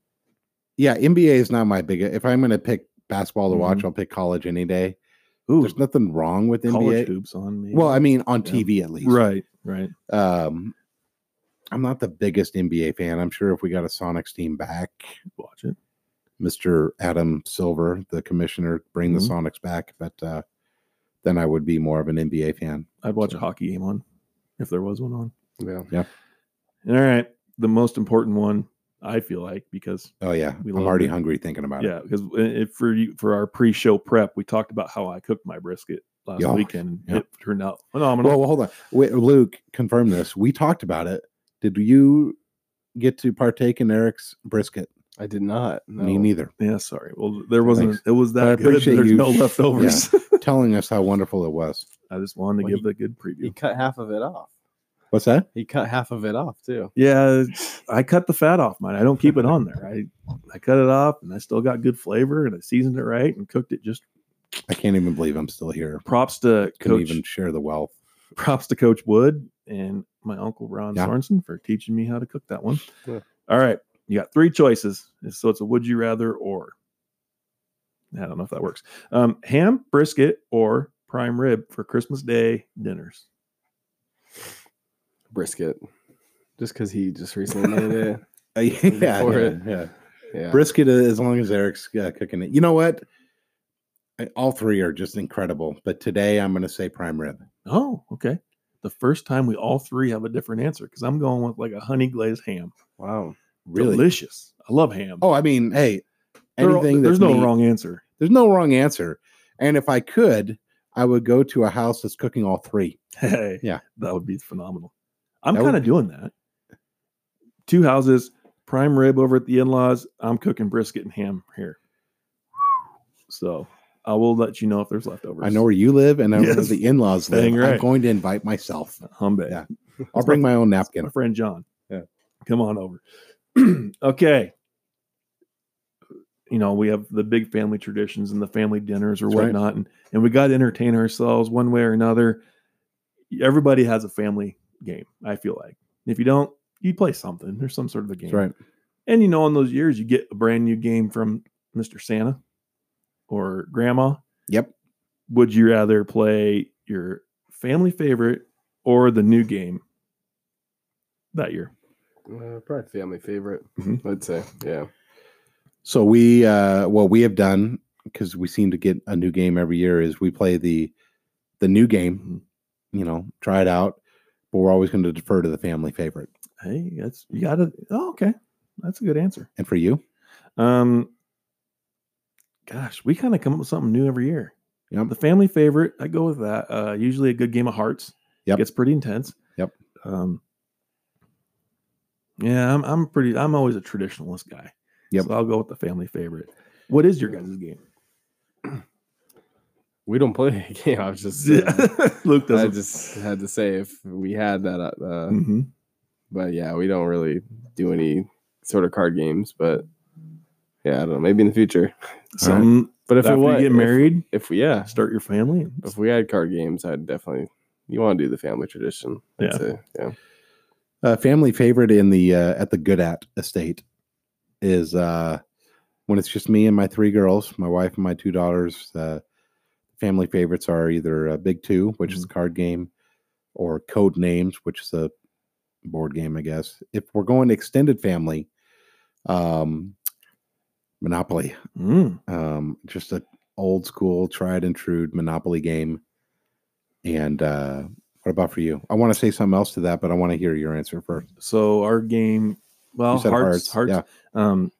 Yeah, NBA is not my big. If I'm gonna pick basketball to watch,
Mhm.
I'll pick college any day.
Ooh,
There's nothing wrong with
college
NBA.
hoops on me.
Well, I mean, on
Yeah.
TV at least.
right, right.
Um, I'm not the biggest NBA fan. I'm sure if we got a Sonics team back,
Watch it.
Mr. Adam Silver, the commissioner, bring
Mhm.
the Sonics back, but uh, then I would be more of an NBA fan.
I'd watch a
So-
hockey game on if there was one on.
yeah.
All right, the most important one I feel like because
Oh yeah,
We
I'm
love
already
it.
hungry thinking about
yeah,
it.
because uh, if for you for our pre-show prep, we talked about how I cooked my brisket last
Yeah.
weekend.
Yeah.
It turned out phenomenal.
Well, well, hold on, Wait, Luke, confirm this. We talked about it. Did you get to partake in Eric's brisket?
I did not. No.
Me neither.
yeah, sorry. Well, there wasn't.
Thanks.
It was
I
that good.
appreciate
There's
you-
no leftovers.
Telling us how wonderful it was.
I just wanted to
Well,
give the good
He
preview.
cut half of it off.
What's that?
He cut half of it off too.
Yeah, I cut the fat off mine. I don't keep it on there. I I cut it off, and I still got good flavor, and I seasoned it right and cooked it just.
I can't even believe I'm still here.
Props to
Couldn't
Coach.
even share the wealth.
Props to Coach Wood and my uncle Ron
Yeah.
Sorensen for teaching me how to cook that one.
Yeah.
All right, you got three choices, so it's a would you rather or. I don't know if that works. Um, ham, brisket, or prime rib for Christmas Day dinners.
Brisket. Just because he just recently made it.
Uh, yeah,
for
yeah,
it.
yeah.
Yeah.
Brisket, uh, as long as Eric's uh, cooking it. You know what? I- All three are just incredible. But today I'm going to say prime rib.
Oh, okay. The first time we all three have a different answer because I'm going with like a honey glazed ham.
wow.
Delicious. I love ham.
Oh, I mean, hey,
There-
anything
there's
that's
no
meat-
wrong answer.
There's no wrong answer. And if I could, I would go to a house that's cooking all three.
Hey,
Yeah.
that would be phenomenal. I'm
That would
kind of doing that. Two houses, prime rib over at the in-laws. I'm cooking brisket and ham here. So I will let you know if there's leftovers.
I know where you live, and I know where
Yes.
the in-laws live.
Dang
I'm
right.
going to invite myself.
Humbe.
Yeah. I'll bring my own napkin.
my friend John.
Yeah.
Come on over. okay. You know, we have the big family traditions and the family dinners or
That's right.
whatnot, and, and we got to entertain ourselves one way or another. Everybody has a family game, I feel like. If you don't, you play something. There's some sort of a game.
That's right.
And you know, in those years, you get a brand new game from Mr. Santa or Grandma.
Yep.
Would you rather play your family favorite or the new game that year?
Uh, probably family favorite.
Mhm.
I'd say. Yeah.
So we uh what we have done because we seem to get a new game every year is we play the the new game, you know, try it out, but we're always going to defer to the family favorite.
Hey, that's you gotta. Oh, okay, that's a good answer.
And for you,
Um, gosh, we kind of come up with something new every year.
Yep.
The family favorite, I go with that. Uh, usually a good game of hearts.
Yep.
gets pretty intense.
Yep.
Um. Yeah, I'm. I'm pretty. I'm always a traditionalist guy.
Yep.
So I'll go with the family favorite. What is your guys' game?
We don't play a game. I was just. uh,
Luke
I
doesn't.
just had to say if we had that, uh, uh,
Mhm.
but yeah, we don't really do any sort of card games. But yeah, I don't know. Maybe in the future.
Some
But if it
After
was
you get married,
if, we yeah,
start your family.
if we had card games, I'd definitely you want to do the family tradition. I'd
Yeah.
say, yeah.
Uh, family favorite in the uh, at the Good At Estate is uh, when it's just me and my three girls, my wife and my two daughters. Uh, family favorites are either uh, Big Two, which is a card game, or Code Names, which is a board game, I guess. If we're going extended family, um, Monopoly,
Mm.
um, just a old school, tried and true Monopoly game. And uh, what about for you? I want to say something else to that, but I want to hear your answer first.
So our game, well,
You said
hearts, hearts,
Yeah.
Um,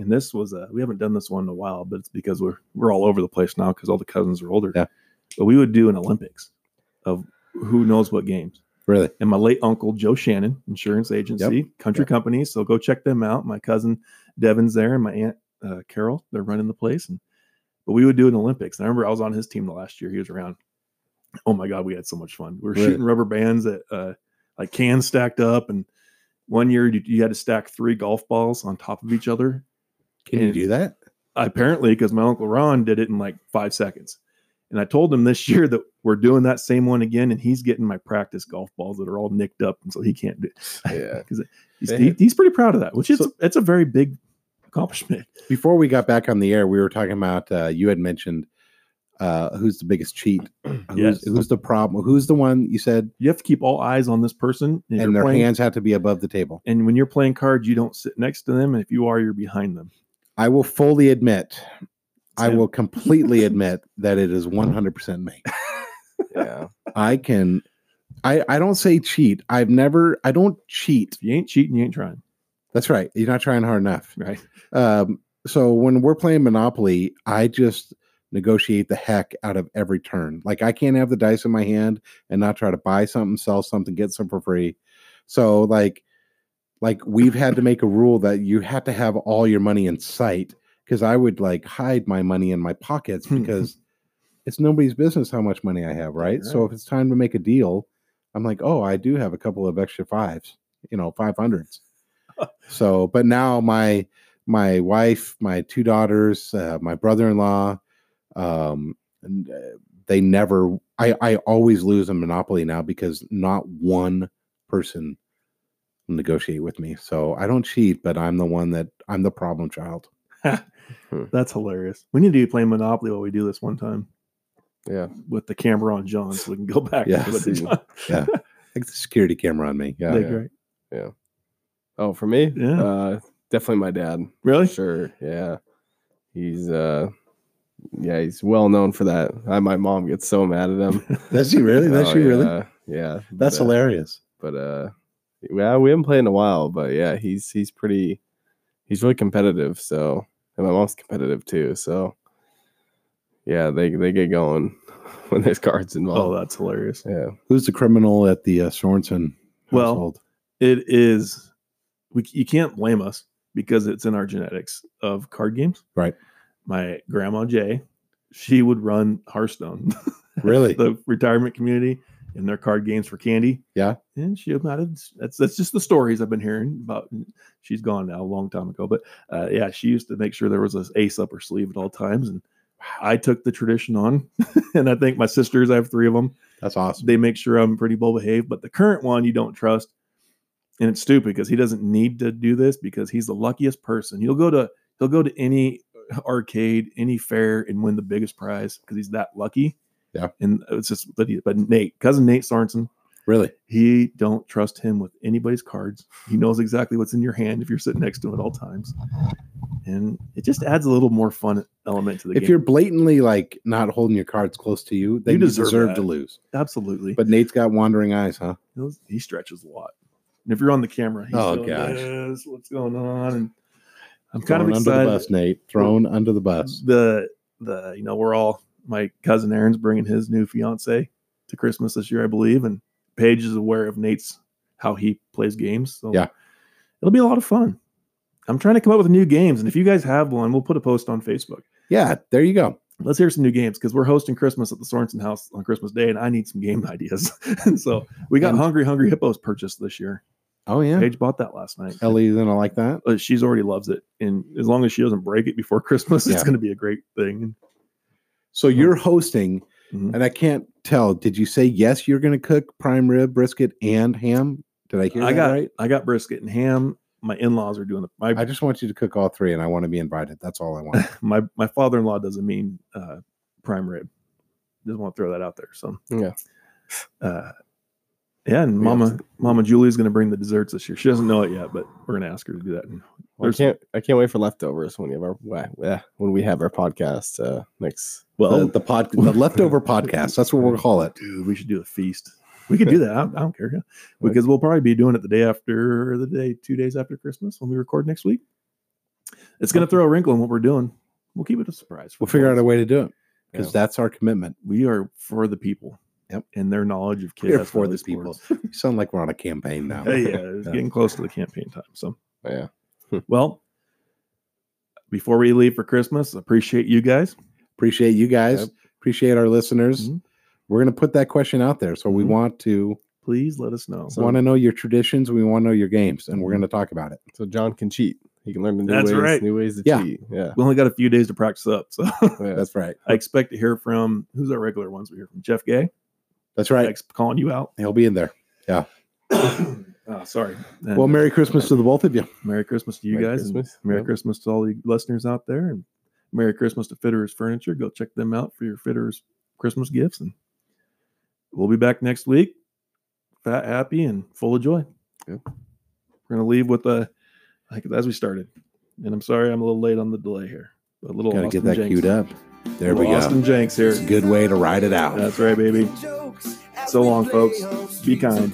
and this was a we haven't done this one in a while, but it's because we're we're all over the place now because all the cousins are older.
Yeah.
But we would do an Olympics of who knows what games.
Really?
And my late uncle Joe Shannon, insurance agency, country
Yep.
company. So go check them out. My cousin Devin's there, and my aunt uh, Carol. They're running the place. And but we would do an Olympics. And I remember I was on his team the last year. He was around. Oh my god, we had so much fun. We were
Really?
shooting rubber bands at uh, like cans stacked up, and one year you, you had to stack three golf balls on top of each other.
Can
And-
you do that?
Apparently, because my uncle Ron did it in like five seconds. And I told him this year that we're doing that same one again, and he's getting my practice golf balls that are all nicked up, and so he can't do.
Yeah.
'Cause he's,
They
he-
had-
he's pretty proud of that, which is
So-
that's a very big accomplishment.
Before we got back on the air, we were talking about uh, you had mentioned uh, who's the biggest cheat, who's,
Yes.
who's the problem, who's the one you said,
You have to keep all eyes on this person, and,
and
you're
their
playing,
hands have to be above the table.
And when you're playing cards, you don't sit next to them, and if you are, you're behind them.
I will fully admit, I
Tim.
will completely admit that it is 100% me.
Yeah.
I can, I, I don't say cheat. I've never, I don't cheat.
If you ain't cheating, you ain't trying,
That's right. You're not trying hard enough.
right?
Um, so when we're playing Monopoly, I just negotiate the heck out of every turn. Like I can't have the dice in my hand and not try to buy something, sell something, get some for free. So like, like we've had to make a rule that you have to have all your money in sight because I would like hide my money in my pockets because it's nobody's business how much money I have, right? So
Right.
if it's time to make a deal, I'm like, oh, I do have a couple of extra fives, you know, five hundreds. so, but now my my wife, my two daughters, uh, my brother-in-law, um, and, uh, they never. I I always lose a monopoly now because not one person will negotiate with me. So I don't cheat, but I'm the one that I'm the problem child.
That's hilarious. We need to be playing Monopoly while we do this one time
Yeah.
with the camera on John, so we can go back.
Yeah.
and look at John.
Yeah. Like the security camera on me. Yeah.
That'd
Yeah.
be great.
Oh, for me?
Yeah.
Uh definitely my dad.
Really?
Sure. Yeah. He's uh yeah, he's well known for that. I, my mom gets so mad at him.
Does she really? Does
Oh,
she really?
Yeah. yeah.
That's
But-
hilarious.
but uh yeah we haven't played in a while but yeah he's he's pretty he's really competitive so and my mom's competitive too so yeah they they get going when there's cards
Oh,
involved
that's hilarious.
yeah
Who's the criminal at the uh, Sorensen
Well,
household?
It is. We you can't blame us because it's in our genetics of card games.
Right.
My grandma Jay, she would run Hearthstone,
Really?
the retirement community, and their card games for candy.
Yeah.
and she might have. That's that's just the stories I've been hearing about. She's gone now, a long time ago, but uh, yeah, she used to make sure there was an ace up her sleeve at all times, and I took the tradition on, and I think my sisters. I have three of them
That's awesome.
they make sure I'm pretty well behaved. But the current one you don't trust, and it's stupid because he doesn't need to do this because he's the luckiest person. He'll go to he'll go to any uh, arcade, any fair, and win the biggest prize because he's that lucky.
Yeah.
and uh, it's just but, he, but Nate, cousin Nate Sorensen,
Really?
he don't trust him with anybody's cards. He knows exactly what's in your hand if you're sitting next to him at all times, and it just adds a little more fun element to the
If
game.
you're blatantly like not holding your cards close to you, then you
deserve
deserve,
that.
to lose.
Absolutely,
But Nate's got wandering eyes, huh?
He'll- he stretches a lot. And if you're on the camera, he's
Oh,
doing
gosh.
this, what's going on? And I'm kind of
Thrown under the bus,
excited.
Nate. Thrown under the bus.
The, the you know we're all my cousin Aaron's bringing his new fiance to Christmas this year, I believe, and Paige is aware of Nate's how he plays games. So
Yeah.
it'll be a lot of fun. I'm trying to come up with new games, and if you guys have one, we'll put a post on Facebook.
Yeah, there you go.
Let's hear some new games because we're hosting Christmas at the Sorensen house on Christmas Day, and I need some game ideas. and so we got
And-
Hungry Hungry Hippos purchased this year.
Oh yeah,
Paige bought that last night.
Ellie's gonna like that.
But she's already loves it, and as long as she doesn't break it before Christmas, it's
Yeah.
going to be a great thing.
So
Uh-huh.
you're hosting,
Mhm.
and I can't tell. Did you say yes? You're gonna cook prime rib, brisket, and ham. Did I hear
I
that
got
right?
I got brisket and ham. My in laws are doing the my
I just want you to cook all three, and I want to be invited. That's all I want.
my my father in law doesn't mean uh, prime rib. Just want to throw that out there. So
Yeah.
uh, yeah. And
Yeah.
Mama Mama Julie's going to bring the desserts this year. She doesn't know it yet, but we're going to ask her to do that. And
Well, I
There's-
can't. I can't wait for leftovers when we have our wha- wha- when we have our podcast uh, next.
well,
the, the pod, the leftover podcast. That's what we'll call it.
dude, we should do a feast. We could do that. I, I don't care. yeah. Because we'll probably be doing it the day after, or the day two days after Christmas when we record next week. It's going to throw a wrinkle in what we're doing. We'll keep it a surprise.
We'll figure out a way to do it because
Yeah.
that's our commitment.
We are for the people.
Yep.
And their knowledge of kids.
We're for the people. You sound like we're on a campaign now.
yeah, it's
Yeah.
getting close to the campaign time. So,
Yeah.
well, before we leave for Christmas, appreciate you guys.
Appreciate you guys.
Yep.
Appreciate our listeners.
Mhm.
We're gonna put that question out there. So we
Mhm.
want to
Please let us know.
want to know your traditions. We want to know your games, and
Mm-hmm.
we're gonna talk about it.
So John can cheat. He can learn the new
That's
ways.
right.
New ways to
Yeah.
cheat. Yeah.
we only got a few days to practice up, so
yeah.
That's right.
I expect to hear from who's our regular ones. We hear from Jeff Gay.
That's right.
Thanks for calling you out.
He'll be in there.
oh, sorry. And
Well, Merry Christmas to the both of you.
Merry Christmas to you
Merry
guys. and
Christmas.
Merry
Yep.
Christmas to all the listeners out there, and Merry Christmas to Fitterers Furniture. Go check them out for your Fitterers Christmas gifts, and we'll be back next week, fat, happy, and full of joy.
Yep.
We're gonna leave with a like as we started, and I'm sorry I'm a little late on the delay here. A little
Gotta
Austin
get that
Jenks.
queued up. There we
Little
go.
Austin Jenks here.
It's a good way to ride it out.
That's right, baby.
So long, folks. Be kind.